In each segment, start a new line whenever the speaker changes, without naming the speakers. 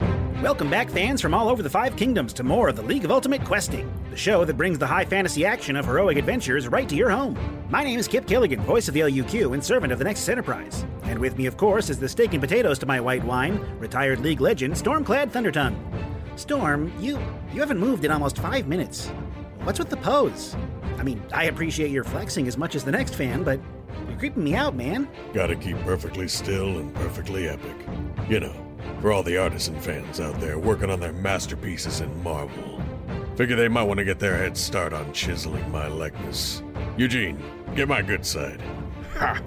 Welcome back, fans from all over the Five Kingdoms, to more of the League of Ultimate Questing, the show that brings the high fantasy action of heroic adventures right to your home. My name is Kip Killigan, voice of the LUQ and servant of the Nexus Enterprise. And with me, of course, is the steak and potatoes to my white wine, retired League legend Stormclad Thundertongue. Storm, you you haven't moved in almost five minutes. What's with the pose? I mean, I appreciate your flexing as much as the next fan, but you're creeping me out, man.
Gotta keep perfectly still and perfectly epic. You know, for all the artisan fans out there working on their masterpieces in marble. Figure they might want to get their head start on chiseling my likeness. Eugene, get my good side. Ha!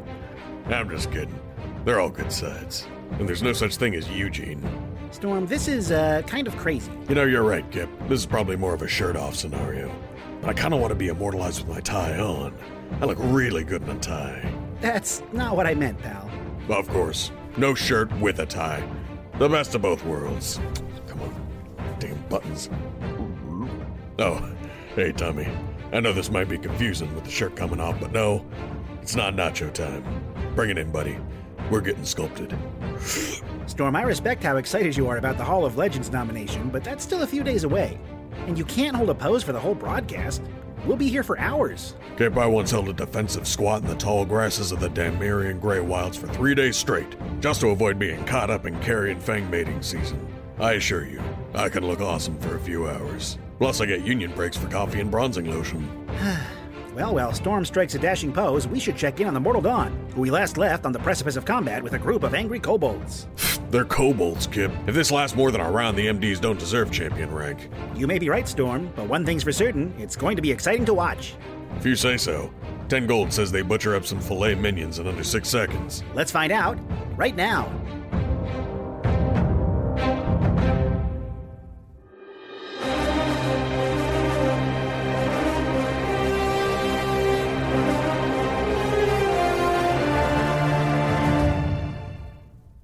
I'm just kidding. They're all good sides. And there's no such thing as Eugene.
Storm, this is uh, kind of crazy.
You know, you're right, Kip. This is probably more of a shirt off scenario. But I kind of want to be immortalized with my tie on. I look really good in a tie.
That's not what I meant, pal.
Of course, no shirt with a tie. The best of both worlds. Come on, damn buttons. Oh, hey, Tommy. I know this might be confusing with the shirt coming off, but no, it's not nacho time. Bring it in, buddy. We're getting sculpted.
Storm, I respect how excited you are about the Hall of Legends nomination, but that's still a few days away. And you can't hold a pose for the whole broadcast. We'll be here for hours.
Cape I once held a defensive squat in the tall grasses of the Damerian Grey Wilds for three days straight, just to avoid being caught up in carrion fang mating season. I assure you, I can look awesome for a few hours. Plus, I get union breaks for coffee and bronzing lotion.
Well, while Storm strikes a dashing pose, we should check in on the Mortal Dawn, who we last left on the precipice of combat with a group of angry kobolds.
They're kobolds, Kip. If this lasts more than a round, the MDs don't deserve champion rank.
You may be right, Storm, but one thing's for certain it's going to be exciting to watch.
If you say so. Ten Gold says they butcher up some filet minions in under six seconds.
Let's find out right now.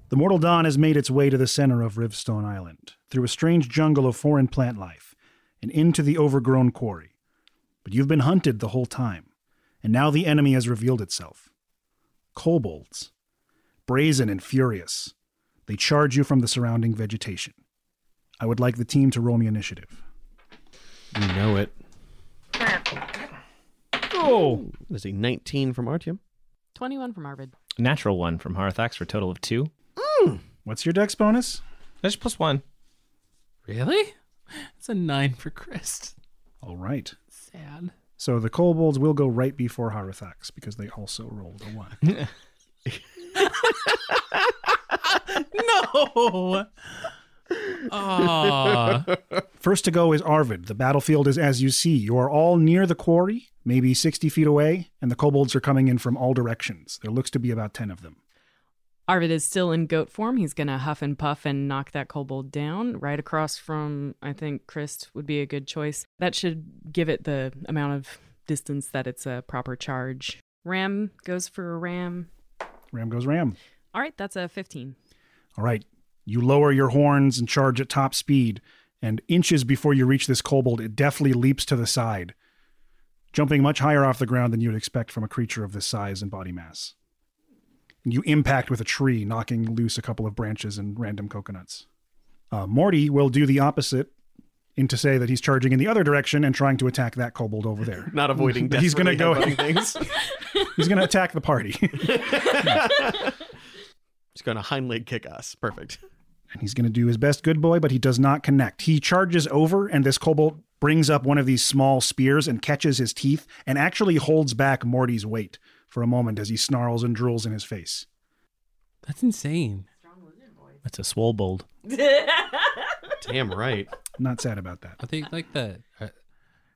The Mortal Dawn has made its way to the center of Rivstone Island, through a strange jungle of foreign plant life, and into the overgrown quarry. But you've been hunted the whole time, and now the enemy has revealed itself. Kobolds. Brazen and furious, they charge you from the surrounding vegetation. I would like the team to roll me initiative.
You know it.
Oh!
There's a 19 from Artyom.
21 from Arvid.
Natural one from Harthax for a total of two.
Hmm.
What's your dex bonus?
That's plus one.
Really? It's a nine for Chris.
All right.
Sad.
So the kobolds will go right before Harithax because they also rolled a one.
No. Aw.
First to go is Arvid. The battlefield is as you see. You are all near the quarry, maybe 60 feet away, and the kobolds are coming in from all directions. There looks to be about 10 of them.
Arvid is still in goat form. He's gonna huff and puff and knock that kobold down right across from. I think Christ would be a good choice. That should give it the amount of distance that it's a proper charge. Ram goes for a ram.
Ram goes ram.
All right, that's a fifteen.
All right. You lower your horns and charge at top speed, and inches before you reach this kobold, it deftly leaps to the side, jumping much higher off the ground than you'd expect from a creature of this size and body mass. And you impact with a tree, knocking loose a couple of branches and random coconuts. Uh, Morty will do the opposite in to say that he's charging in the other direction and trying to attack that kobold over there.
Not avoiding death.
He's gonna go-
things.
He's going to attack the party.
He's going to hind leg kick us. Perfect.
and he's going to do his best good boy but he does not connect he charges over and this kobold brings up one of these small spears and catches his teeth and actually holds back morty's weight for a moment as he snarls and drools in his face
That's insane.
That's a swole bold. Damn right.
I'm not sad about that
Are they like the?
uh,
are-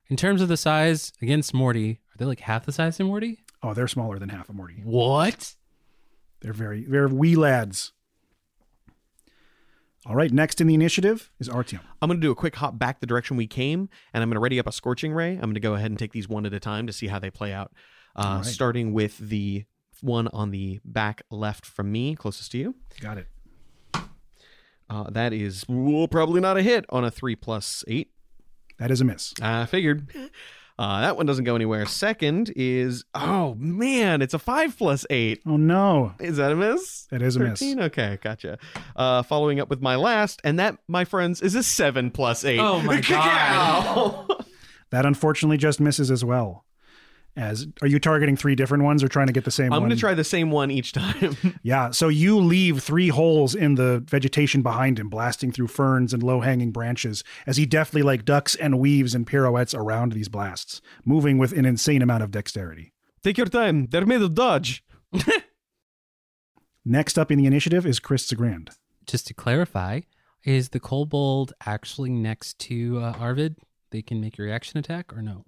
in terms of the size against Morty, are they like half the size of Morty?
oh they're smaller than half of morty
What?
they're very they're wee lads all right next in the initiative is artyom
I'm going to do a quick hop back the direction we came, and I'm going to ready up a scorching ray. I'm going to go ahead and take these one at a time to see how they play out. Uh,
right.
Starting with the one on the back left from me, closest to you.
got it
Uh, that is well, probably not a hit on a three plus eight.
that is a miss
I figured. Uh, that one doesn't go anywhere. Second is oh man, it's a five plus eight.
Oh no,
Is that a miss?
that is a miss.
13? Okay, gotcha. Uh, following up with my last, and that, my friends, is a seven plus eight.
Oh my
Ka-kow!
That unfortunately just misses as well. As are you targeting three different ones or trying to get the same
I'm
one?
gonna try the same one each time.
Yeah, so you leave three holes in the vegetation behind him, blasting through ferns and low-hanging branches as he deftly like ducks and weaves and pirouettes around these blasts, moving with an insane amount of dexterity.
Take your time. They're made of dodge.
Next up in the initiative is Chris Zagrand.
Just to clarify, is the kobold actually next to uh, Arvid? They can make a reaction attack or no?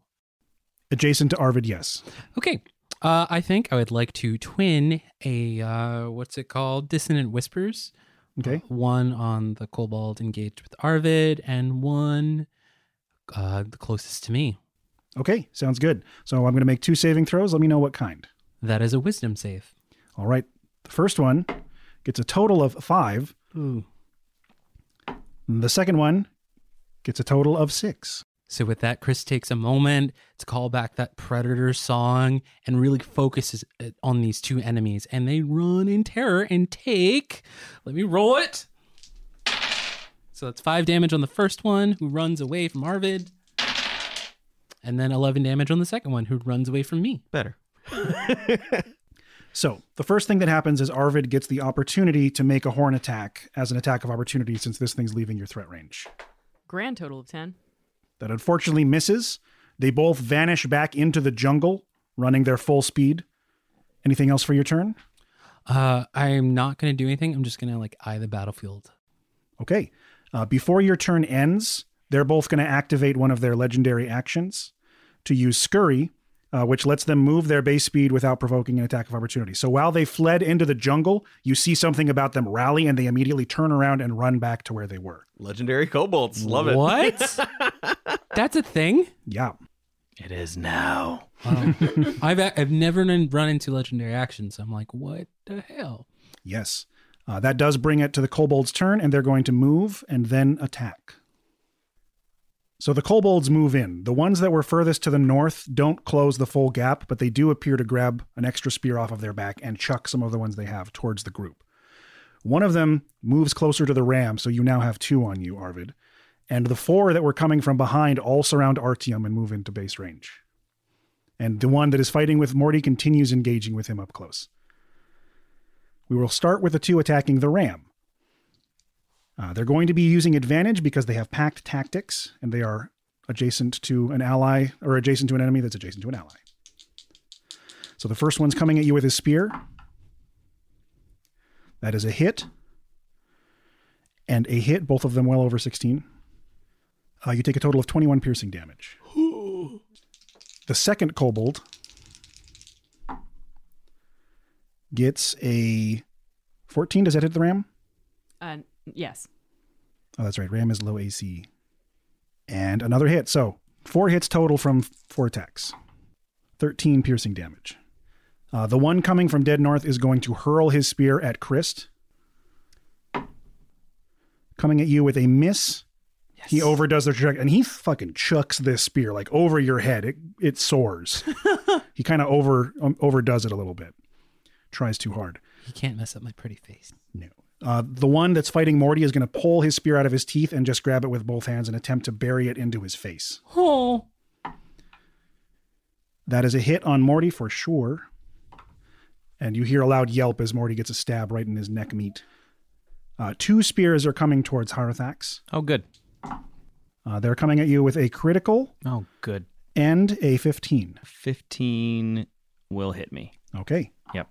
Adjacent to Arvid, yes.
Okay. Uh, I think I would like to twin a uh, what's it called? Dissonant whispers. Uh,
Okay.
One on the kobold engaged with Arvid, and one uh, the closest to me.
Okay, sounds good. So I'm going to make two saving throws. Let me know what kind.
That is a wisdom save.
All right. The first one gets a total of 5.
Ooh.
The second one gets a total of 6.
So with that, Chris takes a moment to call back that predator song and really focuses it on these two enemies, and they run in terror and take. Let me roll it. So that's five damage on the first one, who runs away from Arvid, and then eleven damage on the second one, who runs away from me.
Better.
So, the first thing that happens is Arvid gets the opportunity to make a horn attack as an attack of opportunity since this thing's leaving your threat range.
Grand total of 10.
That unfortunately misses. They both vanish back into the jungle, running their full speed. Anything else for your turn?
Uh, I'm not gonna do anything. I'm just gonna like eye the battlefield.
Okay. Uh, before your turn ends, they're both going to activate one of their legendary actions to use Scurry, uh, which lets them move their base speed without provoking an attack of opportunity. So while they fled into the jungle, you see something about them rally and they immediately turn around and run back to where they were.
Legendary kobolds. Love it.
What? That's a thing.
Yeah.
It is now.
Wow. Um, I've I've never run run into legendary action, so I'm like, what the hell?
Yes. Uh, that does bring it to the kobold's turn, and they're going to move and then attack. So the kobolds move in. The ones that were furthest to the north don't close the full gap, but they do appear to grab an extra spear off of their back and chuck some of the ones they have towards the group. One of them moves closer to the ram, so you now have two on you, Arvid. And the four that were coming from behind all surround Artium and move into base range. And the one that is fighting with Morty continues engaging with him up close. We will start with the two attacking the ram. Uh, they're going to be using advantage because they have packed tactics and they are adjacent to an ally or adjacent to an enemy that's adjacent to an ally. So the first one's coming at you with his spear. That is a hit. And a hit, both of them well over 16. Uh, you take a total of 21 piercing damage. The second kobold gets a 14. Does that hit the ram?
Uh, yes.
Oh, that's right. Ram is low AC. And another hit. So four hits total from f- four attacks. 13 piercing damage. Uh, the one coming from dead north is going to hurl his spear at Christ. Coming at you with a miss. He overdoes the trajectory and he fucking chucks this spear like over your head. It it soars. he kind of over um, overdoes it a little bit. Tries too hard.
You can't mess up my pretty face.
No. Uh, the one that's fighting Morty is going to pull his spear out of his teeth and just grab it with both hands and attempt to bury it into his face.
Oh.
That is a hit on Morty for sure. And you hear a loud yelp as Morty gets a stab right in his neck meat. Uh, two spears are coming towards Hyrothax.
Oh, good.
Uh, they're coming at you with a critical
Oh, good.
and a 15.
15 will hit me.
Okay.
Yep.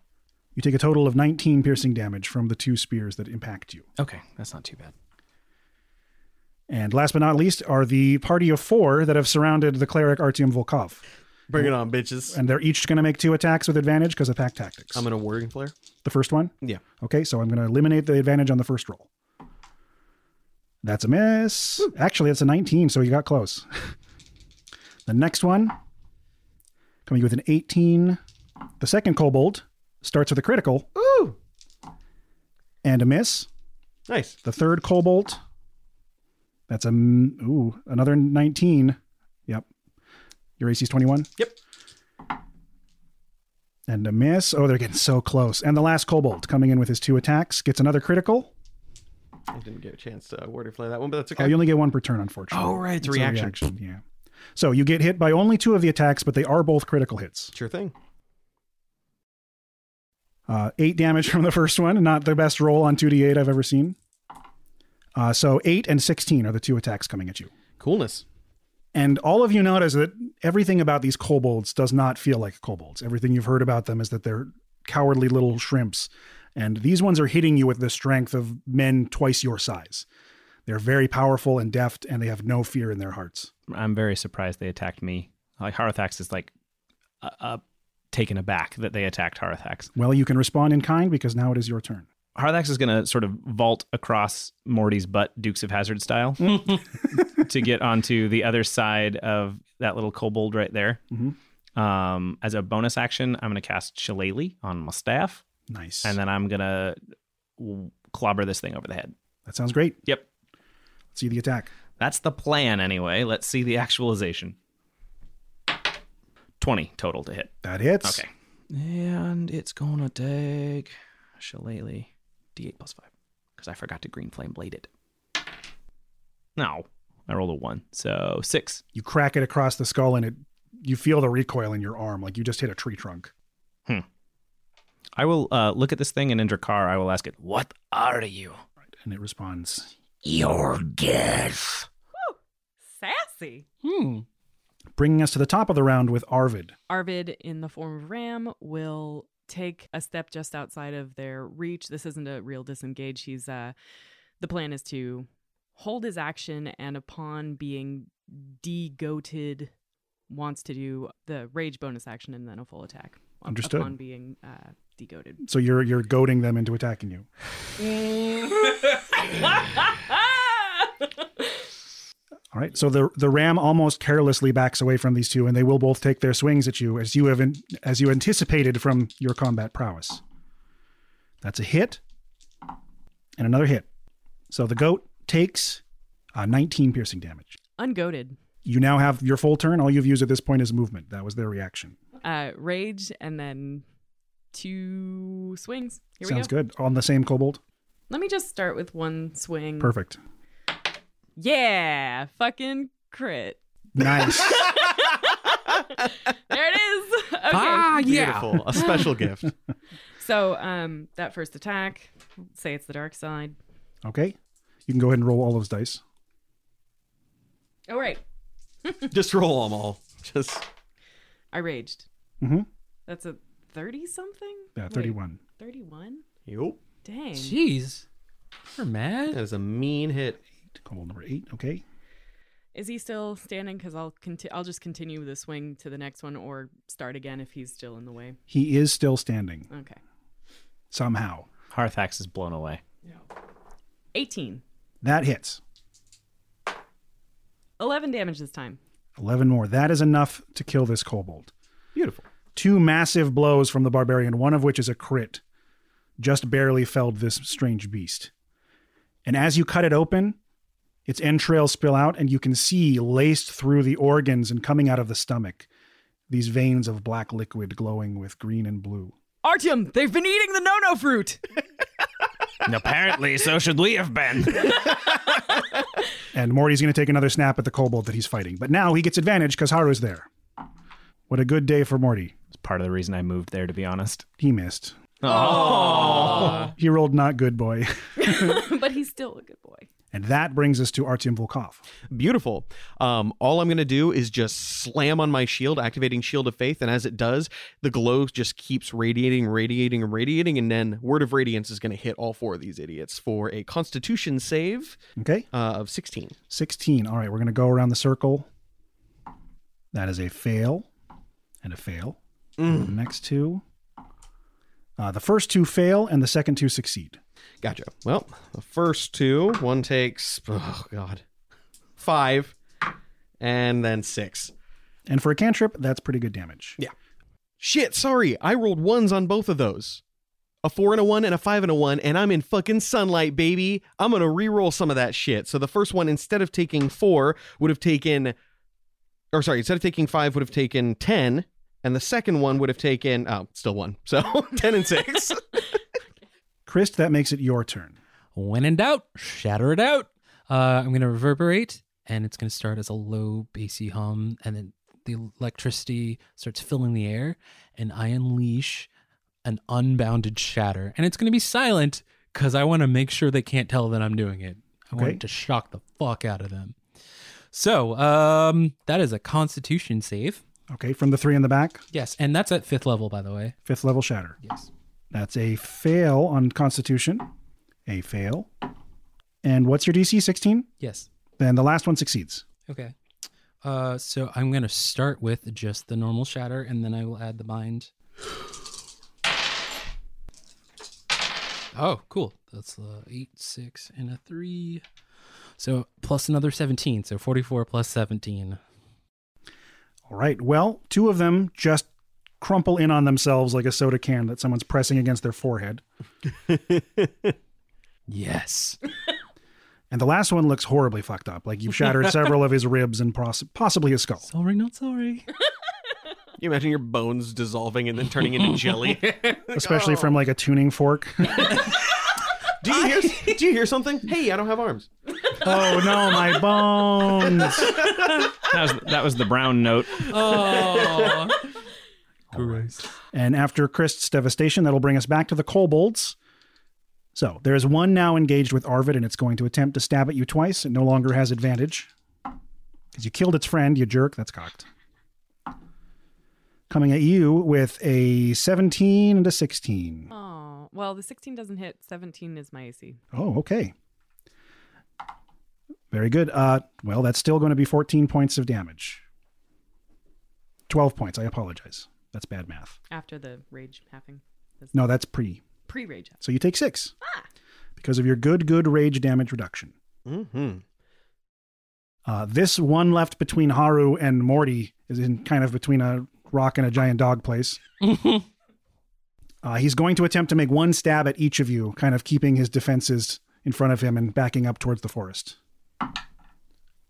You take a total of 19 piercing damage from the two spears that impact you.
Okay, that's not too bad.
And last but not least are the party of four that have surrounded the cleric Artyom Volkov.
Bring it on, bitches.
and they're each going to make two attacks with advantage because of pack tactics.
I'm gonna wording flare.
the first one?
Yeah.
Okay, so I'm going to eliminate the advantage on the first roll. That's a miss.
Hmm.
Actually, it's a 19, so you got close. the next one, coming with an 18. The second kobold starts with a critical. Ooh! And a miss.
Nice.
The third kobold, that's a, m- ooh, another 19. Yep. Your AC's 21?
Yep.
And a miss. Oh, they're getting so close. And the last Kobold coming in with his two attacks gets another critical.
I didn't get a chance to uh, word or play that one, but that's
Oh,
okay.
you only get one per turn, unfortunately.
Oh, right, it's a
a
reaction.
Yeah. So you get hit by only two of the attacks, but they are both critical hits.
Sure thing.
Uh, eight damage from the first one. Not the best roll on 2d8 I've ever seen. Uh, so eight and 16 are the two attacks coming at you.
Coolness.
And all of you notice that everything about these kobolds does not feel like kobolds. Everything you've heard about them is that they're cowardly little shrimps. And these ones are hitting you with the strength of men twice your size. They're very powerful and deft, and they have no fear in their hearts.
I'm very surprised they attacked me. Like Harathax is like uh, uh, taken aback that they attacked Harathax.
Well, you can respond in kind because now it is your turn.
Harathax is going to sort of vault across Morty's butt, Dukes of Hazard style,
Hmm.
to get onto the other side of that little kobold right there.
Mm-hmm.
Um, as a bonus action, I'm going to cast Shillelagh on my staff,
Nice.
and then I'm going to clobber this thing over the head.
that sounds great.
Yep.
Let's see the attack.
That's the plan, anyway. Let's see the actualization. 20 total to hit.
That hits.
Okay. And it's gonna take Shillelagh D8 plus 5 because I forgot to green flame blade it. No, I rolled a 1. So 6.
You crack it across the skull, and it you feel the recoil in your arm like you just hit a tree trunk.
I will uh, look at this thing and in Drakar, I will ask it, What are you?
And it responds,
Your guess.
Sassy.
Hmm.
bringing us to the top of the round with Arvid.
Arvid, in the form of Ram, will take a step just outside of their reach. This isn't a real disengage. He's uh, the plan is to hold his action, and upon being degoated, wants to do the rage bonus action and then a full attack. up-
Understood.
Upon being uh, degoated.
So you're you're goading them into attacking you. All right. So the the ram almost carelessly backs away from these two, and they will both take their swings at you as you have in, as you anticipated from your combat prowess. That's a hit, and another hit. So the goat takes uh, 19 piercing damage.
Ungoated.
You now have your full turn. All you've used at this point is movement. That was their reaction.
Uh, rage and then two swings. Here
Sounds
we go.
good. On the same kobold.
Let me just start with one swing.
Perfect.
Yeah, fucking crit.
Nice.
There it is. Okay.
Ah, yeah.
Beautiful. A special gift.
So, um, that first attack, say it's the dark side.
okay. You can go ahead and roll all those dice.
All Oh, right,
Just roll them all. Just
I raged.
Mhm.
That's a thirty something.
Yeah, 31.
Thirty-one.
Yup.
Dang.
Jeez. You're
That
mad?
is a mean hit.
Kobold number eight. Okay.
Is he still standing? Because I'll conti- I'll just continue the swing to the next one, or start again if he's still in the way.
He is still standing
Okay.
somehow.
Harthax is blown away.
Eighteen.
That hits.
11 damage this time.
11 more. That is enough to kill this kobold.
Beautiful.
Two massive blows from the barbarian, one of which is a crit, just barely felled this strange beast. And as you cut it open, its entrails spill out, and you can see laced through the organs and coming out of the stomach these veins of black liquid glowing with green and blue.
Artyom, they've been eating the no-no fruit.
And apparently, so should we have been.
And Morty's going to take another snap at the kobold that he's fighting. But now he gets advantage because Haru's there. What a good day for Morty.
It's part of the reason I moved there, to be honest.
He missed. Oh. He rolled not good, boy.
but he's still a good boy.
And that brings us to Artyom Volkov.
Beautiful. Um, all I'm going to do is just slam on my shield, activating Shield of Faith. And as it does, the glow just keeps radiating, radiating, and radiating. And then Word of Radiance is going to hit all four of these idiots for a Constitution save
Okay?
uh, of 16.
16. All right, we're going to go around the circle. That is a fail and a fail. The
Mm.
next two. Uh, the first two fail and the second two succeed.
Gotcha. Well, the first two, one takes, oh, God, five, and then six.
And for a cantrip, that's pretty good damage.
Shit, sorry. I rolled ones on both of those. A four and a one and a five and a one, and I'm in fucking sunlight, baby. I'm gonna re-roll some of that shit. So the first one, instead of taking four, would have taken or sorry, instead of taking five, would have taken 10. And the second one would have taken, oh, still one. So 10 and six.
Christ, that makes it your turn.
When in doubt, shatter it out. Uh, I'm going to reverberate, and it's going to start as a low, bassy hum, and then the electricity starts filling the air, and I unleash an unbounded shatter. And it's going to be silent because I want to make sure they can't tell that I'm doing it. I want
Okay.
it to shock the fuck out of them. So um, that is a constitution save.
Okay, from the three in the back,
Yes, and that's at fifth level, by the way.
fifth level shatter.
Yes.
That's a fail on Constitution. A fail. And what's your DC? 16?
Yes.
Then the last one succeeds.
Okay. Uh, so I'm gonna start with just the normal shatter, and then I will add the bind. Oh, cool. That's uh, eight, six, and a three. So plus another seventeen. So forty-four plus seventeen.
All right. Well, two of them just crumple in on themselves like a soda can that someone's pressing against their forehead.
Yes.
And the last one looks horribly fucked up. Like you've shattered several of his ribs and poss- possibly his skull.
sorry, not sorry.
you imagine your bones dissolving and then turning into jelly.
Especially from like a tuning fork.
Do you hear? Do you hear something? Hey, I don't have arms.
oh no, my bones.
That was, that was the brown note.
Oh. Christ.
And after Christ's devastation, that'll bring us back to the kobolds. So there is one now engaged with Arvid, and it's going to attempt to stab at you twice. It no longer has advantage because you killed its friend. You jerk. That's cocked. Coming at you with a 17 and a 16.
Oh, well, the 16 doesn't hit. 17 is my AC.
Oh, okay. Very good. Uh, well, that's still going to be 14 points of damage. 12 points. I apologize. That's bad math.
After the rage halving,
No, that's pre.
pre rage halving.
So you take six because of your good, good rage damage reduction.
Hmm.
Mm-hmm.
Uh, this one left between Haru and Morty is in kind of between a rock and a giant dog place. uh, he's going to attempt to make one stab at each of you, kind of keeping his defenses in front of him and backing up towards the forest.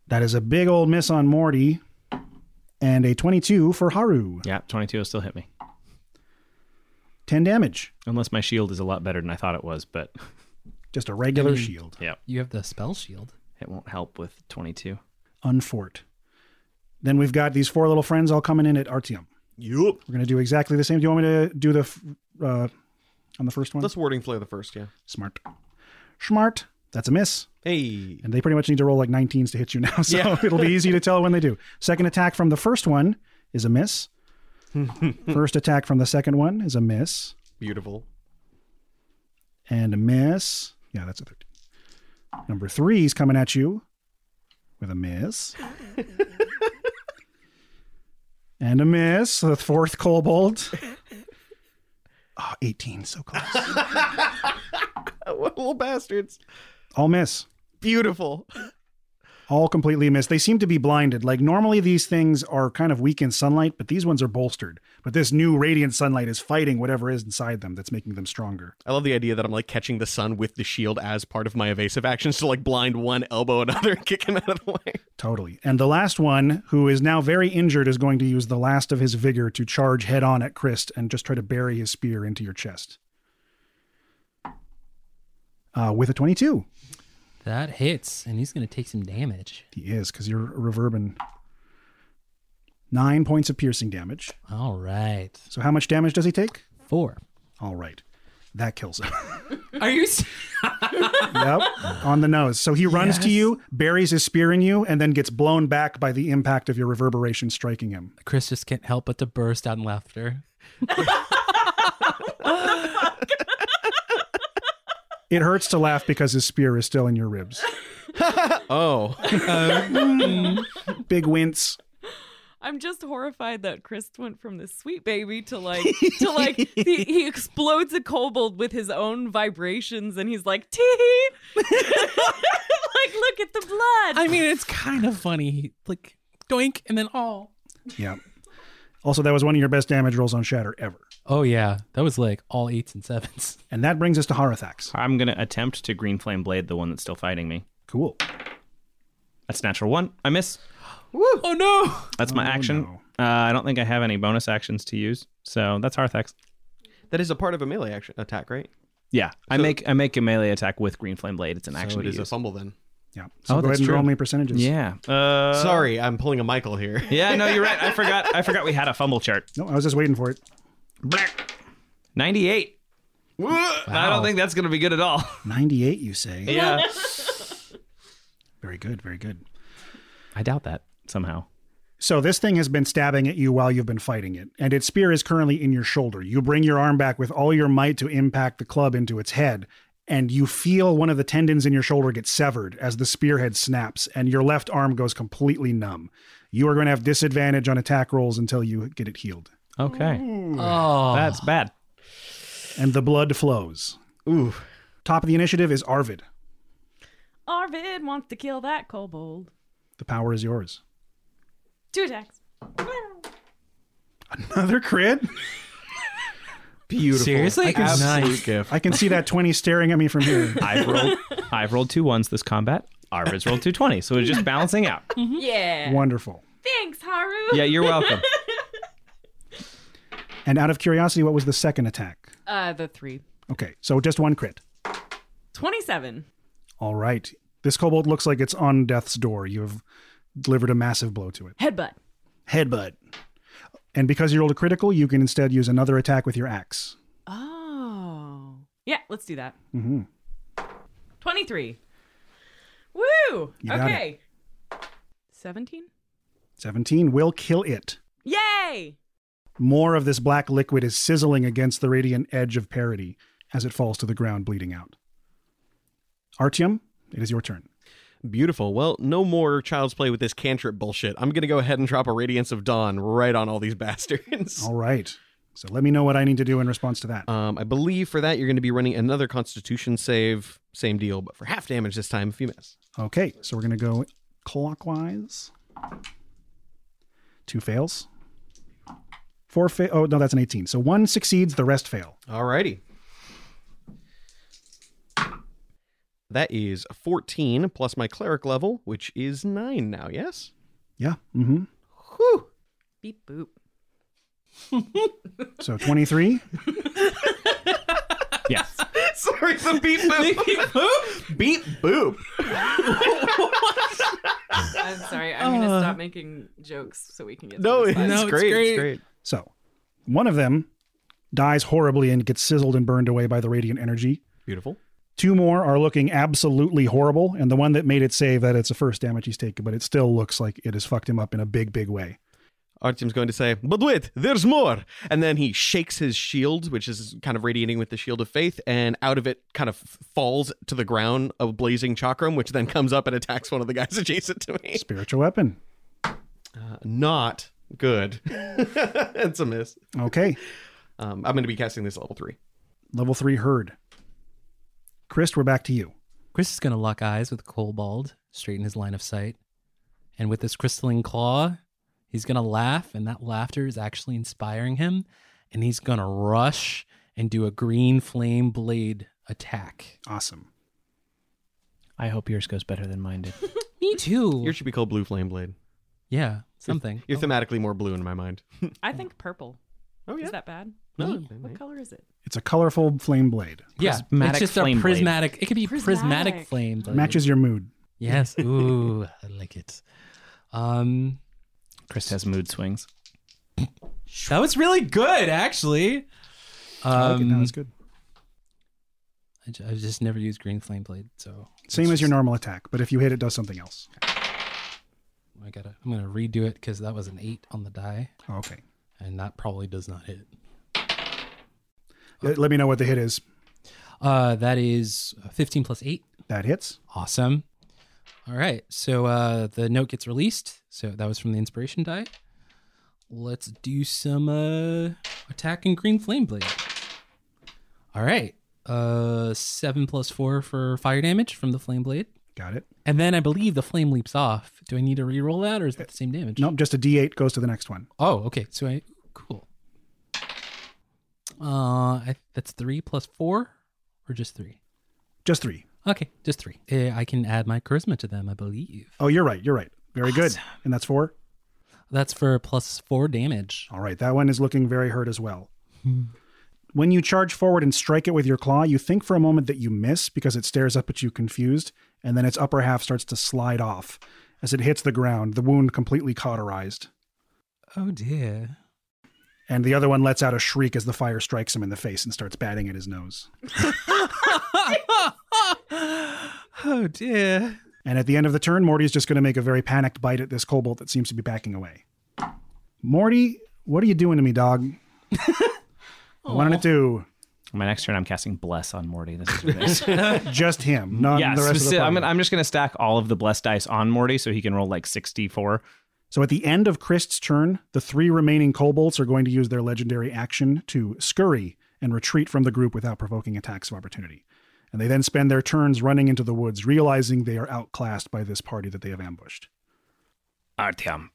That is a big old miss on Morty and a 22 for Haru.
Yeah, 22 will still hit me.
10 damage.
Unless my shield is a lot better than I thought it was, but
Just a regular
mean-
shield.
yeah,
You have the spell shield.
it won't help with 22.
Unfort. Then we've got these four little friends all coming in at Artium.
Yup.
We're going to do exactly the same. Do you want me to do the f- uh, on the first one?
That's wording flair the first, yeah.
Smart. Smart. That's a miss.
Hey.
And they pretty much need to roll like 19s to hit you now. So
Yeah.
it'll be easy to tell when they do. Second attack from the first one is a miss. first attack from the second one is a miss.
Beautiful.
And a miss. Yeah, that's a 13. Number three is coming at you with a miss. and a miss. The fourth kobold. Oh, 18. So close.
What little bastards.
All miss.
Beautiful.
all completely missed. They seem to be blinded. Like normally these things are kind of weak in sunlight, but these ones are bolstered. But this new radiant sunlight is fighting whatever is inside them that's making them stronger.
I love the idea that I'm like catching the sun with the shield as part of my evasive actions to like blind one, elbow another, and kick him out of the way.
Totally. And the last one, who is now very injured, is going to use the last of his vigor to charge head on at Christ and just try to bury his spear into your chest. Uh, with a 22.
That hits, and he's gonna take some damage.
He is, because you're reverbing. Nine points of piercing damage.
All right.
So, how much damage does he take?
Four.
All right. That kills him.
Are you? s-
yep, on the nose. So he runs to you, buries his spear in you, and then gets blown back by the impact of your reverberation striking him.
Chris just can't help but to burst out in laughter.
It hurts to laugh because his spear is still in your ribs.
Oh.
Uh, Big wince.
I'm just horrified that Chris went from this sweet baby to like to like he, he explodes a kobold with his own vibrations and he's like tee hee." like look at the blood.
I mean, it's kind of funny. Like, doink, and then all.
Yeah. Also, that was one of your best damage rolls on Shatter ever.
Oh, yeah. That was like all eights and sevens.
And that brings us to Harathax.
I'm going to attempt to green flame blade the one that's still fighting me.
Cool.
That's natural one. I miss.
Oh no!
That's my
Oh,
action.
no.
Uh, I don't think I have any bonus actions to use, so that's Harthex.
That is a part of a melee action attack, right?
Yeah, I
So-
make I make a melee attack with Green Flame Blade. It's an action.
so it
to
is a
use.
fumble then.
Yeah. So
Oh,
go ahead
that's
and roll
true.
me percentages.
yeah. Uh,
Sorry, I'm pulling a Michael here.
Yeah, no, you're right. I forgot. I forgot we had a fumble chart.
No, I was just waiting for it.
Ninety-eight. I don't think that's gonna be good at all.
98, you say?
Yeah.
Very good, very good.
I doubt that somehow.
So this thing has been stabbing at you while you've been fighting it, and its spear is currently in your shoulder. You bring your arm back with all your might to impact the club into its head, and you feel one of the tendons in your shoulder get severed as the spearhead snaps, and your left arm goes completely numb. You are going to have disadvantage on attack rolls until you get it healed.
Okay,
Ah.
Oh,
that's bad.
And the blood flows.
Ooh.
Top of the initiative is Arvid.
Arvid wants to kill that kobold.
The power is yours.
Two attacks.
Another crit?
Beautiful.
Seriously?
Absolute
Nice.
gift.
I can see that 20 staring at me from here.
I've rolled. I've rolled two ones this combat. Arvid's rolled two twenty, so it's just balancing out.
Mm-hmm. Yeah.
Wonderful.
Thanks, Haru.
Yeah, you're welcome.
And out of curiosity, what was the second attack?
Uh, the three.
Okay, so just one crit.
27.
All right. This kobold looks like it's on death's door. You have delivered a massive blow to it.
Headbutt.
Headbutt. And because you rolled a critical, you can instead use another attack with your axe.
Oh. Yeah, let's do that.
hmm
23. Woo!
You got
okay. 17?
17 will kill it.
Yay!
More of this black liquid is sizzling against the radiant edge of parity as it falls to the ground, bleeding out. Artyom, it is your turn.
Beautiful. Well, no more child's play with this cantrip bullshit. I'm going to go ahead and drop a Radiance of Dawn right on all these bastards.
All right. So let me know what I need to do in response to that.
Um, I believe for that, you're going to be running another Constitution save. Same deal, but for half damage this time if you miss.
Okay, so we're going to go clockwise. Two fails. Four fail. Oh, no, that's an 18. So one succeeds, the rest fail.
Alrighty. That is 14 plus my cleric level, which is 9 now, yes?
Yeah. hmm
Whew.
Beep boop.
So 23.
Yes.
Sorry, the beep boop. beep boop? Beep boop.
I'm sorry. I'm going to stop making jokes so we can get
Uh. No,
to
it's,
this
No, it's
great.
great.
It's great.
so one of them dies horribly and gets sizzled and burned away by the radiant energy.
Beautiful.
Two more are looking absolutely horrible, and the one that made it save that it's the first damage he's taken, but it still looks like it has fucked him up in a big, big way.
Artyom's going to say, but wait, there's more. And then he shakes his shield, which is kind of radiating with the shield of faith, and out of it kind of f- falls to the ground a blazing chakram, which then comes up and attacks one of the guys adjacent to me. Uh,
Spiritual weapon.
Not good. it's a miss.
Okay.
Um, I'm going to be casting this at level three.
Level three herd. Chris, we're back to you.
Chris is gonna lock eyes with Cobalt, straighten his line of sight, and with his crystalline claw, he's gonna laugh, and that laughter is actually inspiring him, and he's gonna rush and do a green flame blade attack.
Awesome.
I hope yours goes better than mine did.
Me too.
Yours should be called Blue Flame Blade.
yeah, something.
You're thematically more blue in my mind.
I think purple.
Oh,
Is that bad?
No,
What color is it?
It's a colorful flame blade.
yeah, it's
prismatic
just
flame
a
blade.
prismatic. It could be prismatic,
Prismatic.
flame. Blade.
Matches your mood.
Yes. Ooh, I like it. Um,
Chris has mood swings.
that was really good, actually.
I like it. No,
Um,
it's good.
I ju- I've just never used green flame blade, so
Same
it's
as your
just-
normal attack, but if you hit, it does something else.
I gotta. I'm gonna redo it because that was an eight on the die,
Oh, okay.
and that probably does not hit.
Let, let me know what the hit is.
Uh, that is 15 plus eight.
That hits.
Awesome. All right, so uh, the note gets released. So that was from the inspiration die. Let's do some uh, attack and green flame blade. All right, uh, seven plus four for fire damage from the flame blade,
Got it.
and then I believe the flame leaps off. Do I need to re-roll that, or is
Uh,
that the same damage?
Nope, just a D8 goes to the next one.
Oh, okay. So I cool. Uh, I, that's three plus four, or just three?
Just three.
Okay, just three. Eh, I can add my charisma to them, I believe.
Oh, you're right. You're right. Very good. And that's four.
That's for plus four damage. Hmm.
All right, that one is looking very hurt as well. When you charge forward and strike it with your claw, you think for a moment that you miss because it stares up at you confused, and then its upper half starts to slide off. As it hits the ground, the wound completely cauterized.
Oh dear.
And the other one lets out a shriek as the fire strikes him in the face and starts batting at his nose.
oh dear.
And at the end of the turn, Morty's just going to make a very panicked bite at this kobold that seems to be backing away. Morty, what are you doing to me, dog? One and a two.
My next turn, I'm casting Bless on Morty. This is ridiculous.
Just him, not
yeah,
the rest of the
speci- I'm,
party.
gonna- I'm just going to stack all of the Bless dice on Morty so he can roll like 64.
So at the end of Christ's turn, the three remaining kobolds are going to use their legendary action to scurry and retreat from the group without provoking attacks of opportunity. And they then spend their turns running into the woods, realizing they are outclassed by this party that they have ambushed.
Artyom.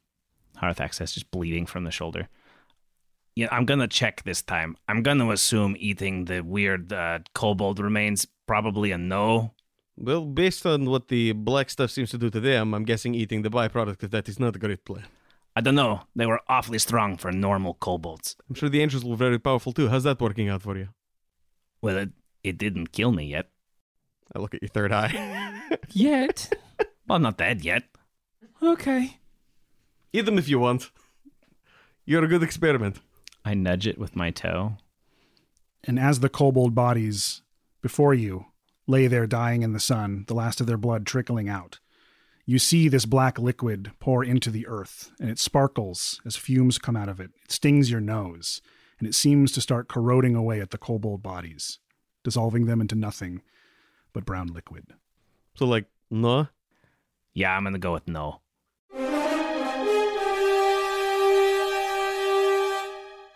Harthax says, just bleeding from the shoulder. Yeah, I'm gonna check this time. I'm gonna assume eating the weird uh, kobold remains probably a no.
Well, based on what the black stuff seems to do to them, I'm guessing eating the byproduct of that is not a great plan.
I don't know. They were awfully strong for normal kobolds.
I'm sure the angels were very powerful too. How's that working out for you?
Well, it, it didn't kill me yet.
I look at your third eye.
Yet.
Well, I'm not dead yet.
okay.
Eat them if you want. You're a good experiment.
I nudge it with my toe.
And as the kobold bodies before you lay there dying in the sun, the last of their blood trickling out, you see this black liquid pour into the earth, and it sparkles as fumes come out of it. It stings your nose, and it seems to start corroding away at the kobold bodies, dissolving them into nothing but brown liquid.
So, like, no.
Yeah, I'm gonna go with no.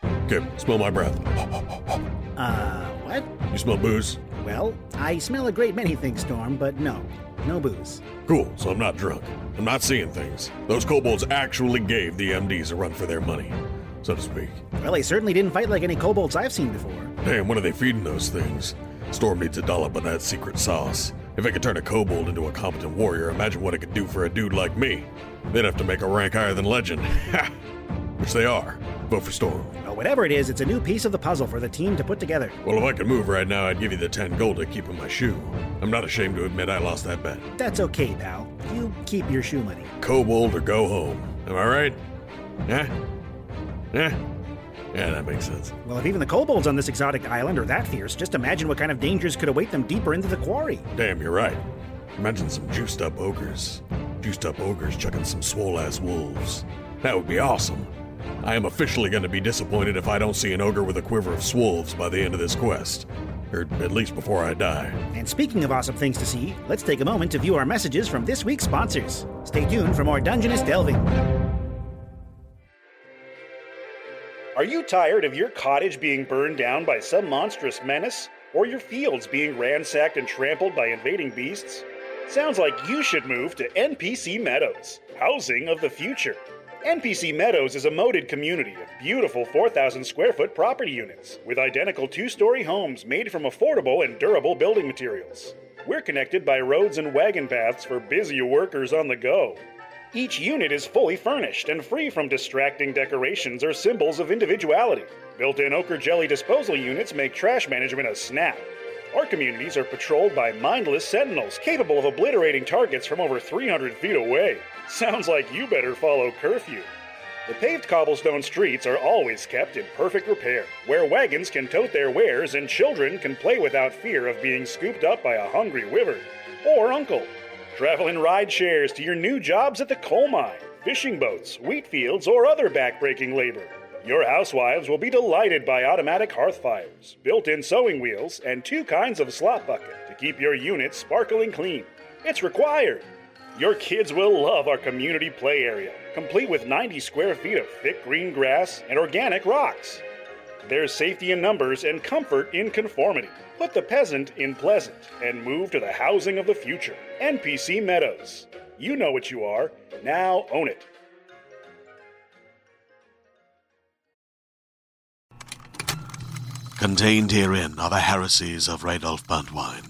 Okay, smell my breath.
Uh, what?
You smell booze?
Well, I smell a great many things, Storm, but no. No booze.
Cool, so I'm not drunk. I'm not seeing things. Those kobolds actually gave the MDs a run for their money, so to speak.
Well, they certainly didn't fight like any kobolds I've seen before.
Damn, what are they feeding those things? Storm needs a dollop of that secret sauce. If it could turn a kobold into a competent warrior, imagine what it could do for a dude like me. They'd have to make a rank higher than legend. Ha! Which they are. Vote for Storm.
Well, whatever it is, it's a new piece of the puzzle for the team to put together.
Well, if I could move right now, I'd give you the 10 gold I keep in my shoe. I'm not ashamed to admit I lost that bet.
That's okay, pal. You keep your shoe money.
Kobold or go home. Am I right? Yeah? Yeah? Yeah, that makes sense.
Well, if even the kobolds on this exotic island are that fierce, just imagine what kind of dangers could await them deeper into the quarry.
Damn, you're right. Imagine some juiced up ogres. Juiced up ogres chucking some swole ass wolves. That would be awesome. I am officially going to be disappointed if I don't see an ogre with a quiver of swolves by the end of this quest. Or at least before I die.
And speaking of awesome things to see, let's take a moment to view our messages from this week's sponsors. Stay tuned for more Dungeness Delving. Are you tired of your cottage being burned down by some monstrous menace? Or your fields being ransacked and trampled by invading beasts? Sounds like you should move to NPC Meadows, housing of the future. NPC Meadows is a moated community of beautiful 4,000 square foot property units with identical two story homes made from affordable and durable building materials. We're connected by roads and wagon paths for busy workers on the go. Each unit is fully furnished and free from distracting decorations or symbols of individuality. Built in ochre jelly disposal units make trash management a snap. Our communities are patrolled by mindless sentinels capable of obliterating targets from over 300 feet away. Sounds like you better follow curfew. The paved cobblestone streets are always kept in perfect repair, where wagons can tote their wares and children can play without fear of being scooped up by a hungry wyvern or uncle. Travel in ride shares to your new jobs at the coal mine, fishing boats, wheat fields, or other backbreaking labor. Your housewives will be delighted by automatic hearth fires, built in sewing wheels, and two kinds of slop bucket to keep your unit sparkling clean. It's required. Your kids will love our community play area, complete with 90 square feet of thick green grass and organic rocks. There's safety in numbers and comfort in conformity. Put the peasant in pleasant and move to the housing of the future. NPC Meadows. You know what you are. Now own it.
Contained herein are the heresies of Radolf Buntwine,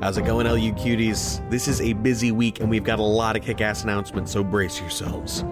How's it going, LU cuties? This is a busy week and we've got a lot of kick ass announcements, so brace yourselves.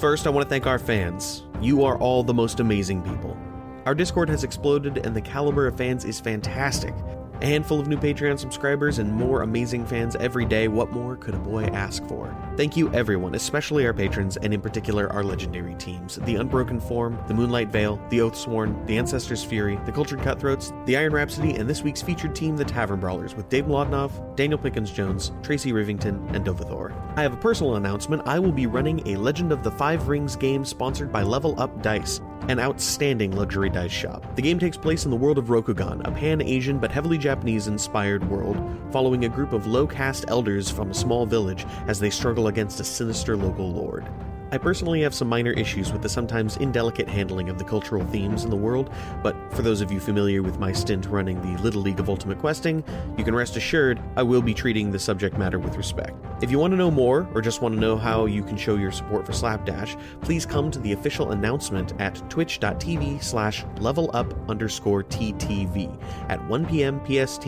First, I want to thank our fans. You are all the most amazing people. Our Discord has exploded and the caliber of fans is fantastic. A handful of new Patreon subscribers and more amazing fans every day. What more could a boy ask for? Thank you, everyone, especially our patrons, and in particular our legendary teams The Unbroken Form, The Moonlight Veil, The Oathsworn, The Ancestors' Fury, The Cultured Cutthroats, The Iron Rhapsody, and this week's featured team, The Tavern Brawlers, with Dave Mlodinow, Daniel Pickens Jones, Tracy Rivington, and Dovathor. I have a personal announcement I will be running a Legend of the Five Rings game sponsored by Level Up Dice an outstanding luxury dice shop. The game takes place in the world of Rokugan, a pan Asian but heavily Japanese inspired world, following a group of low caste elders from a small village as they struggle against a sinister local lord. I personally have some minor issues with the sometimes indelicate handling of the cultural themes in the world, but for those of you familiar with my stint running the Little League of Ultimate Questing, you can rest assured I will be treating the subject matter with respect. If you want to know more, or just want to know how you can show your support for Slapdash, please come to the official announcement at twitch.tv slash levelup underscore TTV at 1 p.m. PST,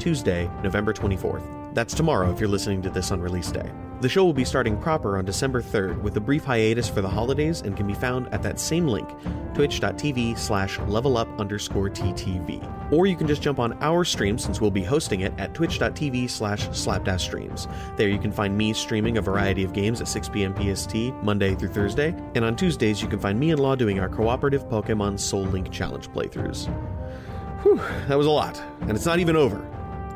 Tuesday, November 24th. That's tomorrow if you're listening to this on release day. The show will be starting proper on December 3rd with a brief hiatus for the holidays and can be found at that same link, twitch.tv slash levelup underscore TTV. Or you can just jump on our stream since we'll be hosting it at twitch.tv slash slapdash streams. There you can find me streaming a variety of games at 6 p.m. PST, Monday through Thursday, and on Tuesdays you can find me and Law doing our cooperative Pokemon Soul Link Challenge playthroughs. Whew, that was a lot, and it's not even over.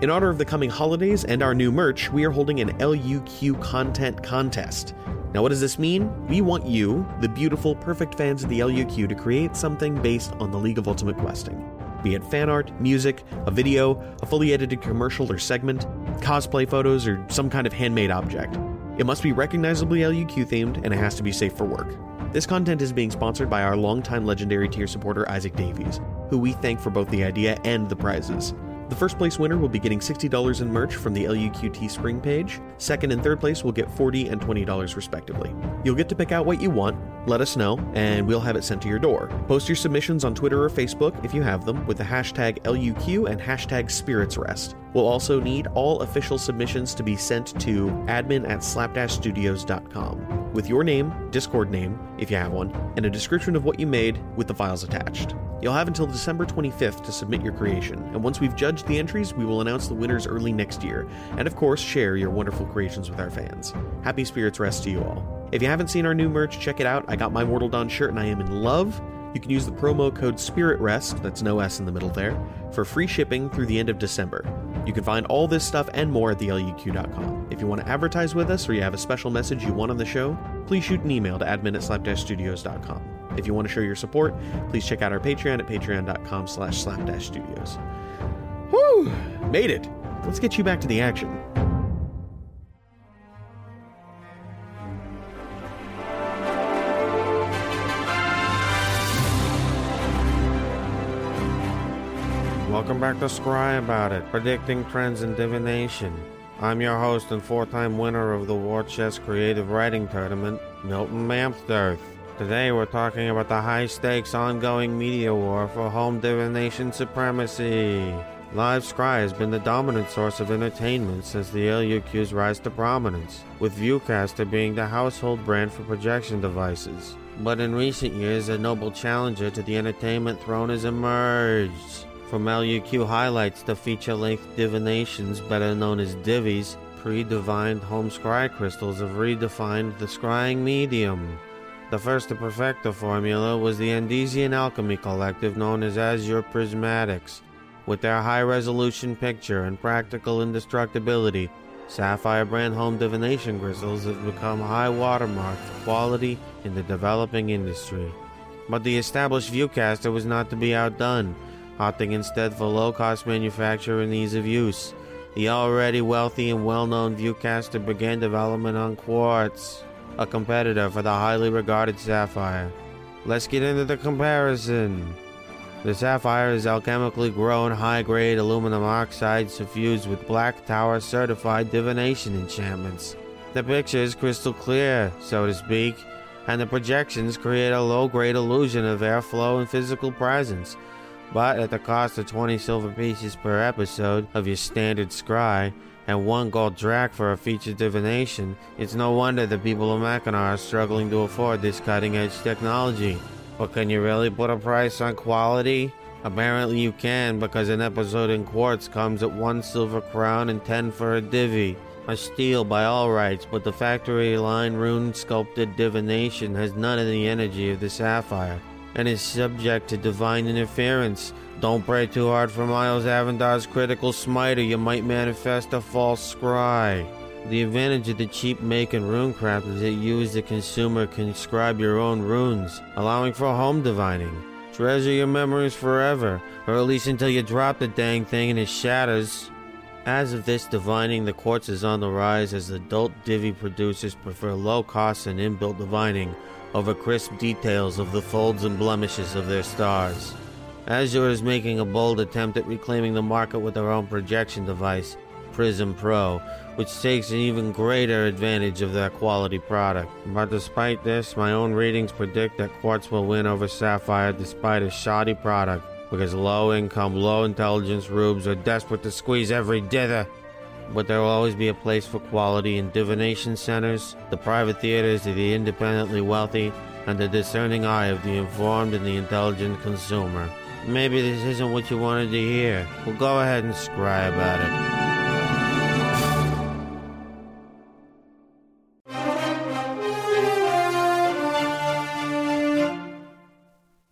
In honor of the coming holidays and our new merch, we are holding an LUQ content contest. Now, what does this mean? We want you, the beautiful, perfect fans of the LUQ, to create something based on the League of Ultimate Questing. Be it fan art, music, a video, a fully edited commercial or segment, cosplay photos, or some kind of handmade object. It must be recognizably LUQ themed and it has to be safe for work. This content is being sponsored by our longtime legendary tier supporter Isaac Davies, who we thank for both the idea and the prizes. The first place winner will be getting $60 in merch from the LUQT Spring page. Second and third place will get $40 and $20 respectively. You'll get to pick out what you want, let us know, and we'll have it sent to your door. Post your submissions on Twitter or Facebook if you have them with the hashtag LUQ and hashtag SpiritsRest. We'll also need all official submissions to be sent to admin at slapdashstudios.com with your name, Discord name, if you have one, and a description of what you made with the files attached. You'll have until December 25th to submit your creation, and once we've judged the entries, we will announce the winners early next year, and of course, share your wonderful creations with our fans. Happy Spirits Rest to you all. If you haven't seen our new merch, check it out. I got my Mortal Dawn shirt and I am in love. You can use the promo code SPIRITREST, that's no S in the middle there, for free shipping through the end of December. You can find all this stuff and more at theluq.com. If you want to advertise with us or you have a special message you want on the show, please shoot an email to admin at slapdashstudios.com. If you want to show your support, please check out our Patreon at patreon.com slash slapdashstudios. Whew! Made it! Let's get you back to the action.
Welcome back to Scry About It, Predicting Trends and Divination. I'm your host and four time winner of the War Chess Creative Writing Tournament, Milton Mamsdorf. Today we're talking about the high stakes ongoing media war for home divination supremacy. Live Scry has been the dominant source of entertainment since the LUQ's rise to prominence, with Viewcaster being the household brand for projection devices. But in recent years, a noble challenger to the entertainment throne has emerged. From LUQ highlights the feature length divinations, better known as divvies, pre divined home scry crystals have redefined the scrying medium. The first to perfect the formula was the Andesian Alchemy Collective known as Azure Prismatics. With their high resolution picture and practical indestructibility, Sapphire brand home divination crystals have become high watermark for quality in the developing industry. But the established viewcaster was not to be outdone opting instead for low cost manufacture and ease of use. The already wealthy and well known Viewcaster began development on quartz. a competitor for the highly regarded Sapphire. Let's get into the comparison. The Sapphire is alchemically grown high grade aluminum oxide suffused with Black Tower certified divination enchantments. The picture is crystal clear, so to speak, and the projections create a low grade illusion of airflow and physical presence, but at the cost of 20 silver pieces per episode of your standard scry and one gold drac for a featured divination, it's no wonder the people of Mackinac are struggling to afford this cutting edge technology. But can you really put a price on quality? Apparently you can, because an episode in Quartz comes at one silver crown and ten for a divvy. A steal by all rights, but the factory line rune sculpted divination has none of the energy of the sapphire and is subject to divine interference. Don't pray too hard for Miles Avendar's critical smite, or you might manifest a false scry. The advantage of the cheap make and runecraft is that you, as the consumer, can scribe your own runes, allowing for home divining. Treasure your memories forever, or at least until you drop the dang thing and it shatters. As of this divining, the quartz is on the rise as adult divvy producers prefer low costs and inbuilt divining over crisp details of the folds and blemishes of their stars. Azure is making a bold attempt at reclaiming the market with their own projection device, Prism Pro, which takes an even greater advantage of their quality product. But despite this, my own readings predict that Quartz will win over Sapphire despite a shoddy product, because low income, low intelligence rubes are desperate to squeeze every dither but there will always be a place for quality in divination centers, the private theaters of the independently wealthy, and the discerning eye of the informed and the intelligent consumer. Maybe this isn't what you wanted to hear. Well, go ahead and scry about it.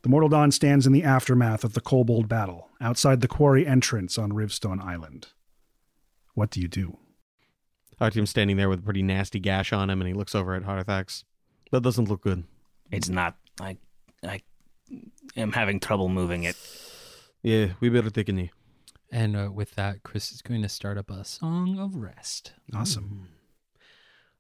The Mortal Dawn stands in the aftermath of the Kobold battle, outside the quarry entrance on Rivstone Island. What do you do?
Artyom's standing there with a pretty nasty gash on him, and he looks over at Harthax. That doesn't look good.
It's not. I, I am having trouble moving it.
Yeah, we better take a knee.
And uh, with that, Chris is going to start up a song of rest.
Awesome.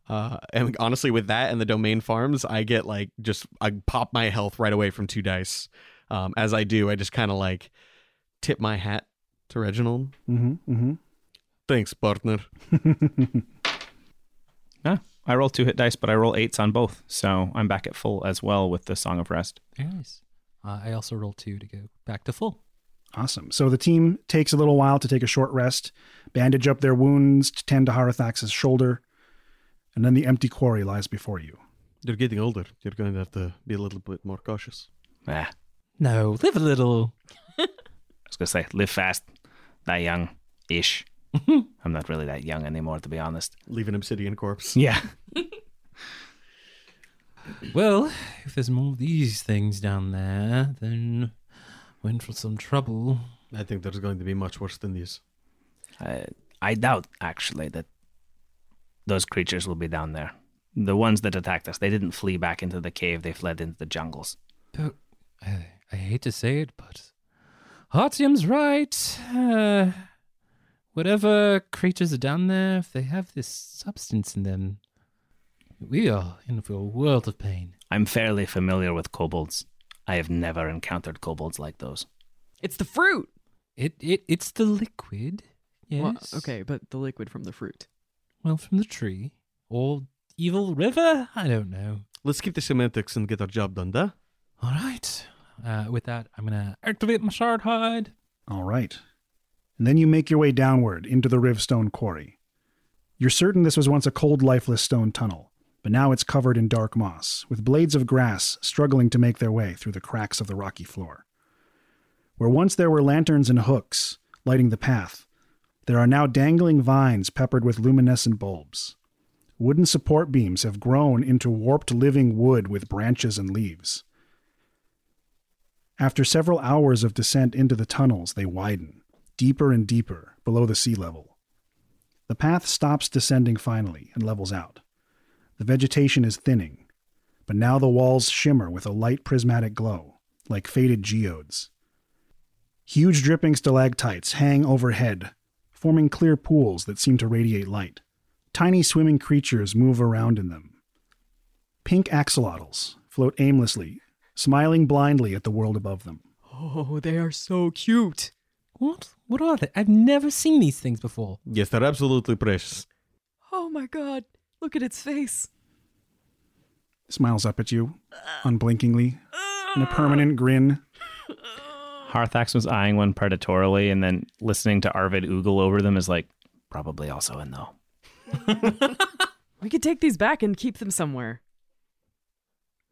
Uh, and honestly, with that and the domain farms, I get like just I pop my health right away from two dice. Um, as I do, I just kind of like tip my hat to Reginald.
Mm-hmm. Mm-hmm.
Thanks, partner.
Yeah, I roll two hit dice, but I roll eights on both, so I'm back at full as well with the Song of Rest.
Very nice. Uh, I also rolled two to go back to full.
Awesome. So the team takes a little while to take a short rest, bandage up their wounds, to tend to Harathax's shoulder, and then the empty quarry lies before you.
You're getting older. You're going to have to be a little bit more cautious.
Ah, I
No, live a little.
was gonna say live fast, die young, ish. I'm not really that young anymore, to be honest.
Leave an obsidian corpse.
Yeah.
Well, if there's more of these things down there, then we're in for some trouble.
I think there's going to be much worse than these.
I, I doubt actually that those creatures will be down there. The ones that attacked us, they didn't flee back into the cave. They fled into the jungles.
But, Uh, I, I hate to say it, but Artyom's right. Uh, whatever creatures are down there, if they have this substance in them, we are in for a world of pain.
I'm fairly familiar with kobolds. I have never encountered kobolds like those.
It's the fruit.
It it it's the liquid. Yes.
Well, okay, but the liquid from the fruit.
Well, from the tree or evil river. I don't know.
Let's keep the semantics and get our job done, da?
All right. Uh, with that, I'm gonna activate my shard hide.
All right. And then you make your way downward into the Rivstone Quarry. You're certain this was once a cold, lifeless stone tunnel, but now it's covered in dark moss, with blades of grass struggling to make their way through the cracks of the rocky floor. Where once there were lanterns and hooks lighting the path, there are now dangling vines peppered with luminescent bulbs. Wooden support beams have grown into warped living wood with branches and leaves. After several hours of descent into the tunnels, they widen, deeper and deeper, below the sea level. The path stops descending finally and levels out. The vegetation is thinning, but now the walls shimmer with a light prismatic glow, like faded geodes. Huge dripping stalactites hang overhead, forming clear pools that seem to radiate light. Tiny swimming creatures move around in them. Pink axolotls float aimlessly, smiling blindly at the world above them.
Oh, they are so cute. What? What are they? I've never seen these things before.
Yes, they're absolutely precious.
Oh my god, look at its face.
Smiles up at you, unblinkingly, in a permanent grin.
Harthax was eyeing one predatorily and then listening to Arvid oogle over them is like, probably also in though.
We could take these back and keep them somewhere.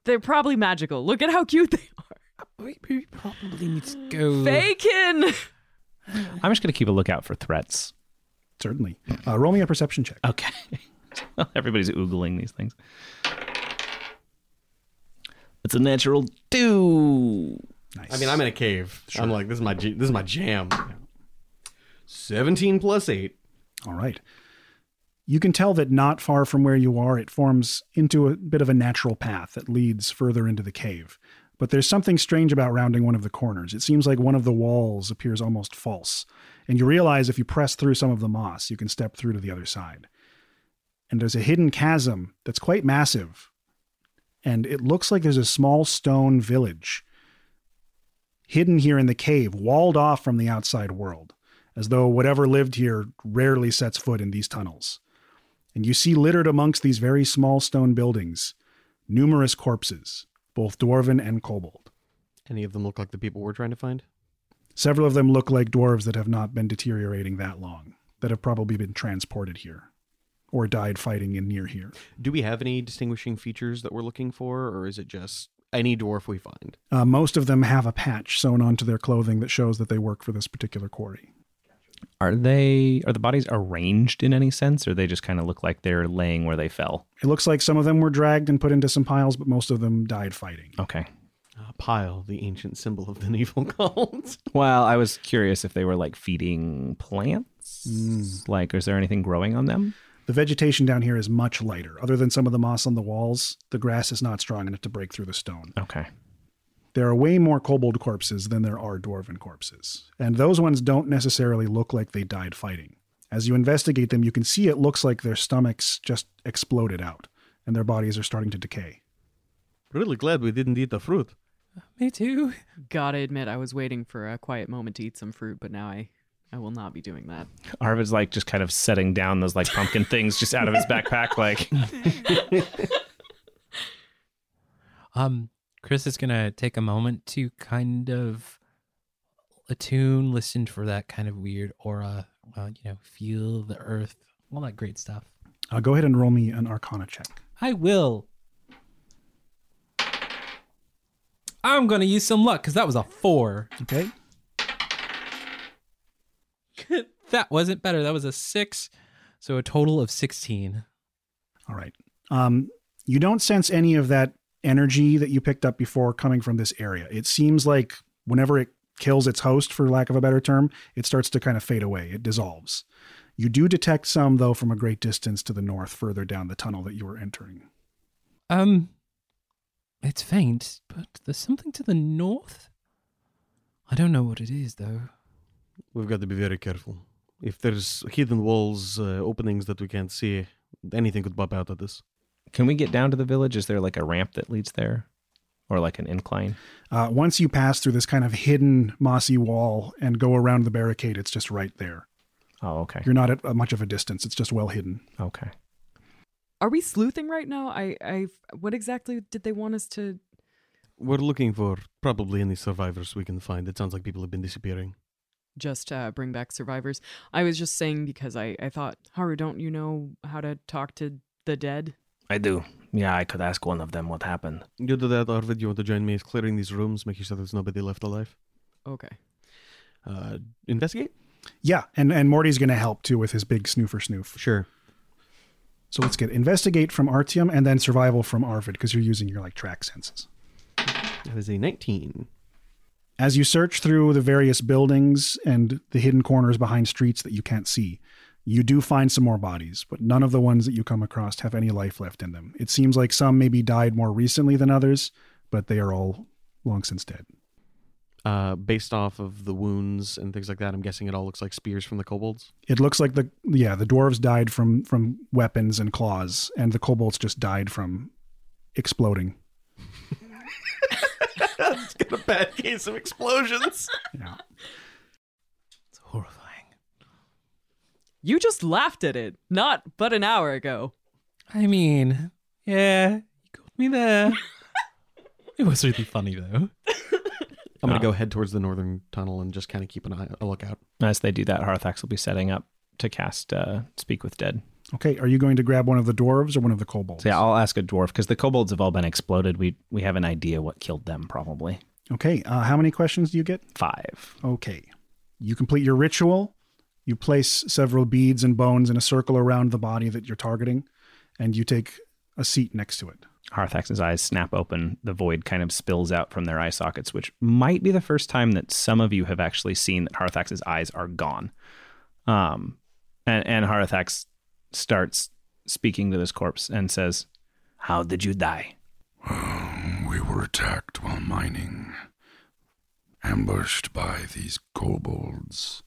They're probably magical. Look at how cute they
are. We probably need to go.
Bacon!
I'm just going to keep a lookout for threats.
Certainly. Uh, roll me a perception check.
Okay. Everybody's oogling these things. It's a natural two.
I mean, I'm in a cave. I'm like, this is my j- this is my jam. Seventeen plus eight.
All right. You can tell that not far from where you are, it forms into a bit of a natural path that leads further into the cave. But there's something strange about rounding one of the corners. It seems like one of the walls appears almost false. And you realize if you press through some of the moss, you can step through to the other side. And there's a hidden chasm that's quite massive. And it looks like there's a small stone village hidden here in the cave, walled off from the outside world, as though whatever lived here rarely sets foot in these tunnels. And you see littered amongst these very small stone buildings numerous corpses, both dwarven and kobold.
Any of them look like the people we're trying to find?
Several of them look like dwarves that have not been deteriorating that long, that have probably been transported here or died fighting in near here.
Do we have any distinguishing features that we're looking for, or is it just any dwarf we find?
Uh, most of them have a patch sewn onto their clothing that shows that they work for this particular quarry.
Are they are the bodies arranged in any sense, or they just kind of look like they're laying where they fell?
It looks like some of them were dragged and put into some piles, but most of them died fighting.
Okay.
Uh, pile, the ancient symbol of the evil cult.
Well, I was curious if they were like feeding plants.
Mm.
Like, is there anything growing on them?
The vegetation down here is much lighter. Other than some of the moss on the walls, the grass is not strong enough to break through the stone.
Okay.
There are way more kobold corpses than there are dwarven corpses, and those ones don't necessarily look like they died fighting. As you investigate them, you can see it looks like their stomachs just exploded out, and their bodies are starting to decay.
Really glad we didn't eat the fruit.
Me too.
Gotta admit, I was waiting for a quiet moment to eat some fruit, but now I, I will not be doing that.
Arvid's like just kind of setting down those like pumpkin things just out of his backpack. Like,
Um, Chris is gonna take a moment to kind of attune, listen for that kind of weird aura. Uh, you know, feel the earth, all that great stuff.
Uh, go ahead and roll me an arcana check.
I will. I'm gonna use some luck because that was a four.
Okay.
that wasn't better. That was a six, so a total of sixteen.
All right. Um, you don't sense any of that energy that you picked up before coming from this area. It seems like whenever it kills its host, for lack of a better term, it starts to kind of fade away. It dissolves. You do detect some, though, from a great distance to the north, further down the tunnel that you were entering.
Um, it's faint, but there's something to the north. I don't know what it is though.
We've got to be very careful. If there's hidden walls, uh, openings that we can't see, anything could pop out at us.
can we get down to the village? Is there like a ramp that leads there, or like an incline?
Uh, once you pass through this kind of hidden mossy wall and go around the barricade, it's just right there.
Oh, okay.
You're not at uh, much of a distance. It's just well hidden.
Okay.
Are we sleuthing right now? I, I, what exactly did they want us to?
We're looking for probably any survivors we can find. It sounds like people have been disappearing.
just uh, bring back survivors. I was just saying because I, I thought, Haru, don't you know how to talk to the dead?
I do. Yeah, I could ask one of them what happened.
You do that, Arvid. You want to join me? It's clearing these rooms, making sure there's nobody left alive.
Okay.
Uh, investigate?
Yeah, and and Morty's going to help too with his big snoofer snoof.
Sure.
So let's get investigate from Artium and then survival from Arvid because you're using your like track senses.
That is a 19.
As you search through the various buildings and the hidden corners behind streets that you can't see, you do find some more bodies, but none of the ones that you come across have any life left in them. It seems like some maybe died more recently than others, but they are all long since dead.
Uh, based off of the wounds and things like that, I'm guessing it all looks like spears from the kobolds.
It looks like the yeah, the dwarves died from from weapons and claws and the kobolds just died from exploding.
It's got a bad case of explosions.
You just laughed at it, not but an hour ago.
I mean, yeah, you got me there. it was really funny though.
I'm
Uh,
gonna go head towards the northern tunnel and just kind of keep an eye, a lookout.
As they do that, Harthax will be setting up to cast uh, Speak with Dead.
Okay, are you going to grab one of the dwarves or one of the kobolds?
So yeah, I'll ask a dwarf because the kobolds have all been exploded. We we have an idea what killed them, probably.
Okay, uh, how many questions do you get?
Five.
Okay. You complete your ritual. You place several beads and bones in a circle around the body that you're targeting, and you take a seat next to it.
Harthax's eyes snap open. The void kind of spills out from their eye sockets, which might be the first time that some of you have actually seen that Harthax's eyes are gone. Um, and, and Harthax starts speaking to this corpse and says, How did you die?
We were attacked while mining, ambushed by these kobolds.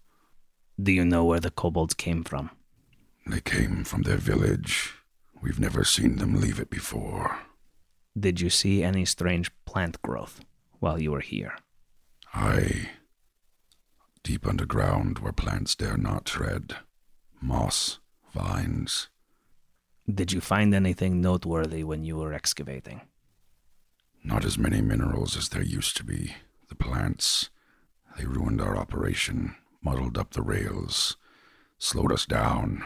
Do you know where the kobolds came from?
They came from their village. We've never seen them leave it before.
Did you see any strange plant growth while you were here?
I. Deep underground where plants dare not tread. Moss, vines.
Did you find anything noteworthy when you were excavating?
Not as many minerals as there used to be. The plants, they ruined our operation, muddled up the rails, slowed us down.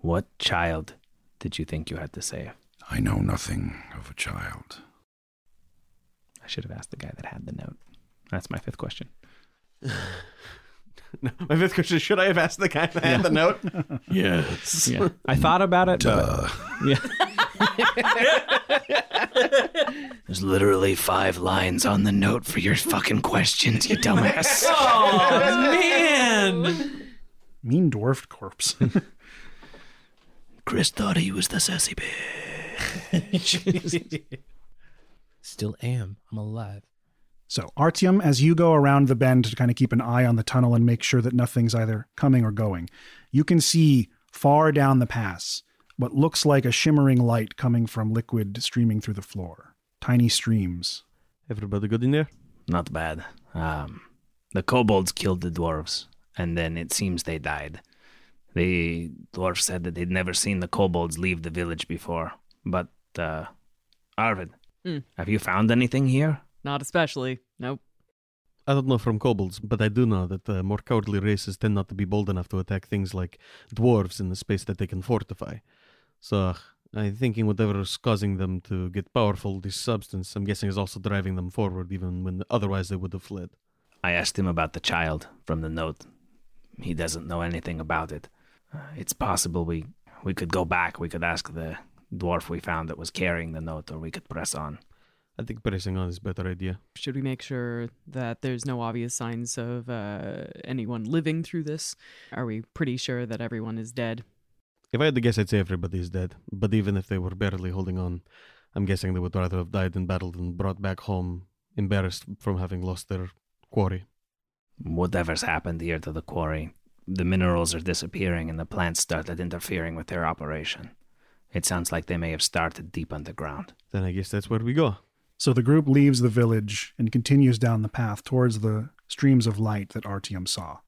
What child did you think you had to save?
I know nothing of a child.
I should have asked the guy that had the note. That's my fifth question.
No, my fifth question: is, Should I have asked the guy that had the note?
Yes.
Yeah. I thought about it.
Duh.
Yeah.
There's literally five lines on the note for your fucking questions, you dumbass.
Oh. Man,
Mean dwarfed corpse.
Chris thought he was the sassy bitch.
still am. I'm alive.
So, Artyom, as you go around the bend to kind of keep an eye on the tunnel and make sure that nothing's either coming or going, you can see far down the pass what looks like a shimmering light coming from liquid streaming through the floor. Tiny streams.
Everybody good in there?
Not bad. Um, the kobolds killed the dwarves, and then it seems they died. The dwarf said that they'd never seen the kobolds leave the village before. But, uh, Arvid,
Hmm.
have you found anything here?
Not especially. Nope.
I don't know from kobolds, but I do know that uh, more cowardly races tend not to be bold enough to attack things like dwarves in the space that they can fortify. So uh, I'm thinking whatever's causing them to get powerful, this substance, I'm guessing is also driving them forward, even when otherwise they would have fled.
I asked him about the child from the note. He doesn't know anything about it. Uh, it's possible we, we could go back. We could ask the dwarf we found that was carrying the note, or we could press on.
I think pressing on is a better idea.
Should we make sure that there's no obvious signs of uh, anyone living through this? Are we pretty sure that everyone is dead?
If I had to guess, I'd say everybody's dead. But even if they were barely holding on, I'm guessing they would rather have died in battle than brought back home, embarrassed from having lost their quarry.
Whatever's happened here to the quarry, the minerals are disappearing and the plants started interfering with their operation. It sounds like they may have started deep underground.
Then I guess that's where we go.
So the group leaves the village and continues down the path towards the streams of light that Artyom saw.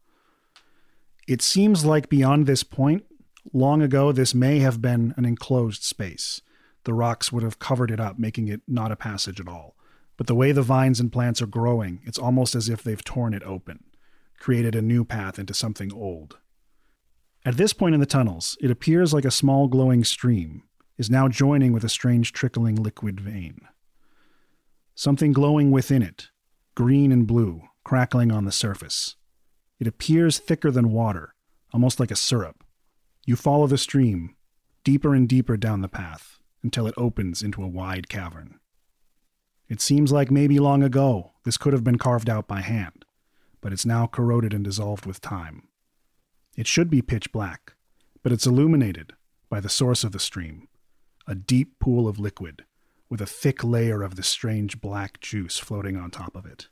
It seems like beyond this point, long ago, this may have been an enclosed space. The rocks would have covered it up, making it not a passage at all. But the way the vines and plants are growing, it's almost as if they've torn it open, created a new path into something old. At this point in the tunnels, it appears like a small glowing stream is now joining with a strange trickling liquid vein something glowing within it, green and blue, crackling on the surface. It appears thicker than water, almost like a syrup. You follow the stream, deeper and deeper down the path, until it opens into a wide cavern. It seems like maybe long ago this could have been carved out by hand, but it's now corroded and dissolved with time. It should be pitch black, but it's illuminated by the source of the stream, a deep pool of liquid with a thick layer of the strange black juice floating on top of it.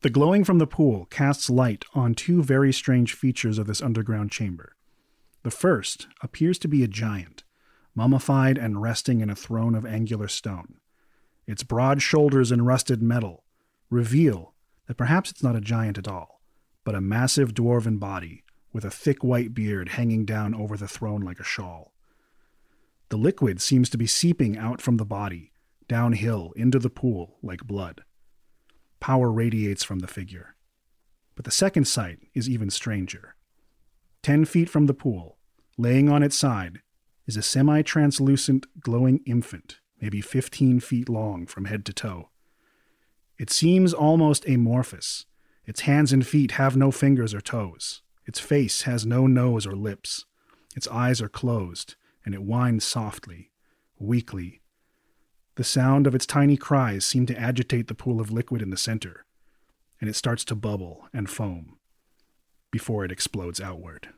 The glowing from the pool casts light on two very strange features of this underground chamber. The first appears to be a giant, mummified and resting in a throne of angular stone. Its broad shoulders and rusted metal reveal that perhaps it's not a giant at all, but a massive dwarven body with a thick white beard hanging down over the throne like a shawl. The liquid seems to be seeping out from the body, downhill, into the pool, like blood. Power radiates from the figure. But the second sight is even stranger. Ten feet from the pool, laying on its side, is a semi translucent, glowing infant, maybe 15 feet long from head to toe. It seems almost amorphous. Its hands and feet have no fingers or toes. Its face has no nose or lips. Its eyes are closed, and it whines softly, weakly. The sound of its tiny cries seem to agitate the pool of liquid in the center, and it starts to bubble and foam before it explodes outward.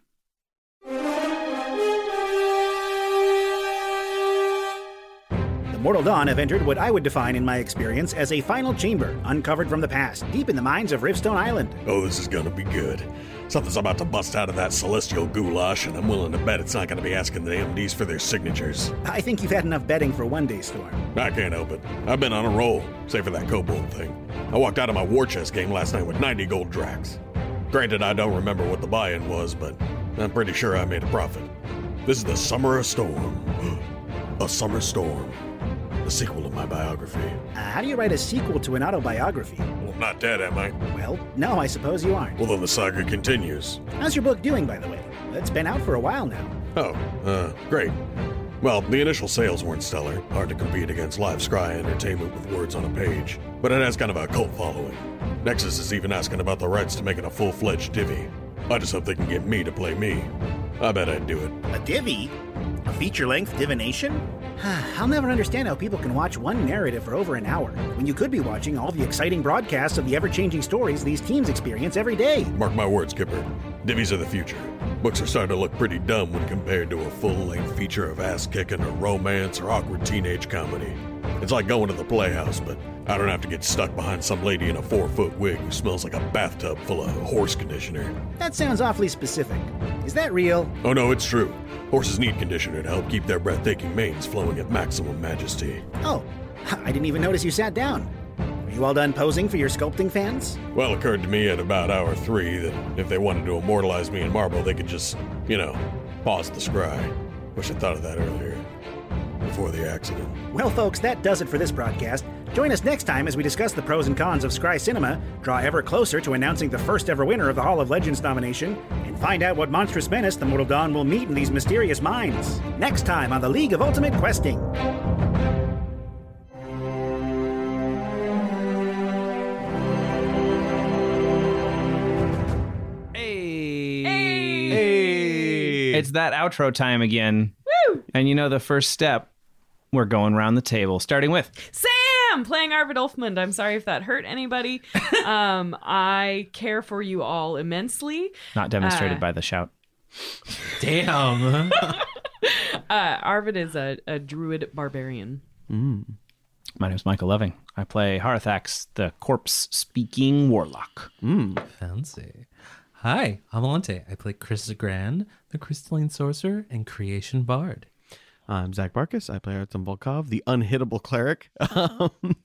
The Mortal Dawn have entered what I would define in my experience as a final chamber, uncovered from the past, deep in the mines of Rivestone Island.
Oh, this is gonna be good. Something's about to bust out of that celestial goulash, and I'm willing to bet it's not gonna be asking the MDs for their signatures.
I think you've had enough betting for one day, Storm.
I can't help it. I've been on a roll, save for that kobold thing. I walked out of my war chest game last night with 90 gold dracs. Granted, I don't remember what the buy in was, but I'm pretty sure I made a profit. This is the Summer of Storm. a Summer Storm. The sequel to my biography.
Uh, how do you write a sequel to an autobiography?
Well, I'm not dead, am I?
Well, no, I suppose you aren't.
Well, then the saga continues.
How's your book doing, by the way? It's been out for a while now.
Oh, uh, great. Well, the initial sales weren't stellar. Hard to compete against live scry entertainment with words on a page. But it has kind of a cult following. Nexus is even asking about the rights to making a full fledged divvy. I just hope they can get me to play me. I bet I'd do it.
A divvy? A feature length divination? I'll never understand how people can watch one narrative for over an hour when you could be watching all the exciting broadcasts of the ever changing stories these teams experience every day.
Mark my words, Kipper. Divvies are the future. Books are starting to look pretty dumb when compared to a full length feature of ass kicking or romance or awkward teenage comedy. It's like going to the playhouse, but I don't have to get stuck behind some lady in a four foot wig who smells like a bathtub full of horse conditioner.
That sounds awfully specific. Is that real?
Oh no, it's true. Horses need conditioner to help keep their breathtaking manes flowing at maximum majesty.
Oh, I didn't even notice you sat down. Are you all done posing for your sculpting fans?
Well, it occurred to me at about hour three that if they wanted to immortalize me in marble, they could just, you know, pause the scry. Wish I thought of that earlier, before the accident.
Well, folks, that does it for this broadcast. Join us next time as we discuss the pros and cons of Scry Cinema, draw ever closer to announcing the first ever winner of the Hall of Legends nomination, and find out what monstrous menace the Mortal Dawn will meet in these mysterious mines. Next time on the League of Ultimate Questing.
Hey. It's that outro time again. Woo! And you know the first step. We're going round the table, starting with
Sam playing Arvid Ulfmund. I'm sorry if that hurt anybody. um, I care for you all immensely.
not demonstrated
Uh,
by the shout.
Damn.
Uh, Arvid is a, a druid barbarian.
Mm. My name's Michael Loving. I play Harathax, the corpse speaking warlock.
Fancy. Hi, I'm Alante. I play Chris Grand, the crystalline sorcerer and creation bard.
I'm Zach Barkus. I play Artem Volkov, the unhittable cleric. Um,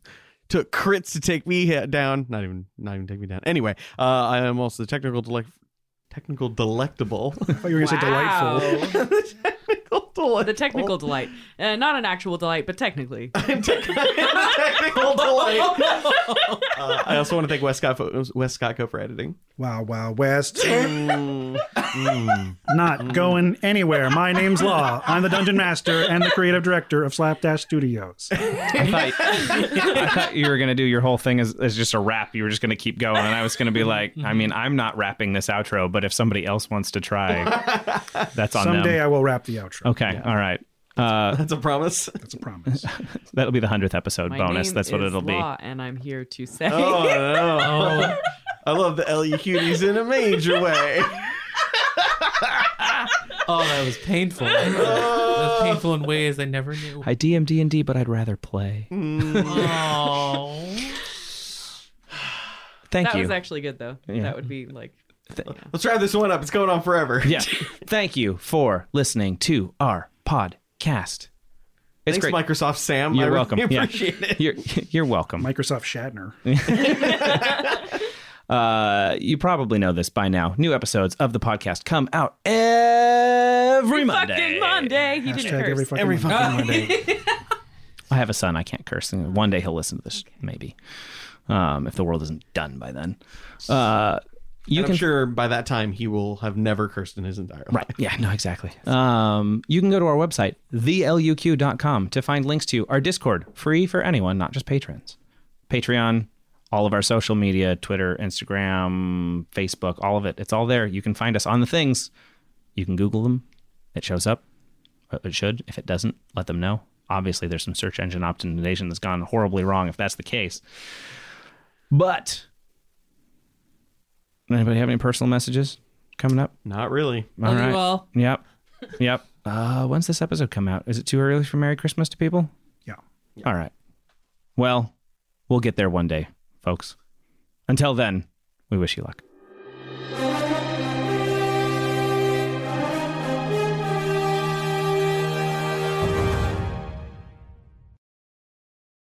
took crits to take me he- down. Not even, not even take me down. Anyway, uh, I am also the technical delect, technical delectable. I thought
you were
Wow.
technical delight.
The technical delight. Uh, not an actual delight, but technically.
technical delight. Uh, I also want to thank West Scott, Fo- West Scottco for editing.
Wow, wow, West. Not going anywhere. My name's Law. I'm the Dungeon Master and the creative director of Slapdash Studios.
I thought, I thought you were going to do your whole thing as, as just a rap. You were just going to keep going. And I was going to be like, I mean, I'm not rapping this outro, but if somebody else wants to try, that's on
Someday
them.
I will wrap the outro.
okay. All right. Uh,
That's a promise.
That's a promise.
that'll be the 100th episode
My
bonus.
name
That's what
is
it'll
Law, And I'm here to say.
Oh,
Oh.
no. I love the LU cuties in a major way.
Oh, that was painful. that was painful in ways I never knew.
be. I DM D&D, but I'd rather play.
Oh.
Thank
that
you.
was actually good, though. That would be like.
Let's wrap this one up. It's going on forever.
yeah. Thank you for listening to our podcast. cast. It's
Thanks,
great.
Microsoft Sam.
You're
I really
welcome. Yeah.
appreciate it.
You're, you're welcome.
Microsoft Shatner.
Uh, you probably know this by now. New episodes of the podcast come out every Monday.
Fucking Monday. He didn't
Hashtag
curse.
every fucking Every
fucking I have a son. I can't curse. And One day he'll listen to this, maybe. Um, if the world isn't done by then. Uh, you
And
can
I'm sure by that time he will have never cursed in his entire life.
Right. Yeah, no, exactly. Um, you can go to our website, theluq.com, to find links to our Discord, free for anyone, not just patrons. Patreon, all of our social media, Twitter, Instagram, Facebook, all of it. It's all there. You can find us on the things. You can Google them. It shows up. It should. If it doesn't, let them know. Obviously, there's some search engine optimization that's gone horribly wrong if that's the case. But anybody have any personal messages coming up?
Not really.
All
Love you
right.
all.
Yep. Yep. Uh, when's this episode come out? Is it too early for Merry Christmas to people?
Yeah.
All right. Well, we'll get there one day, folks. Until then, we wish you luck.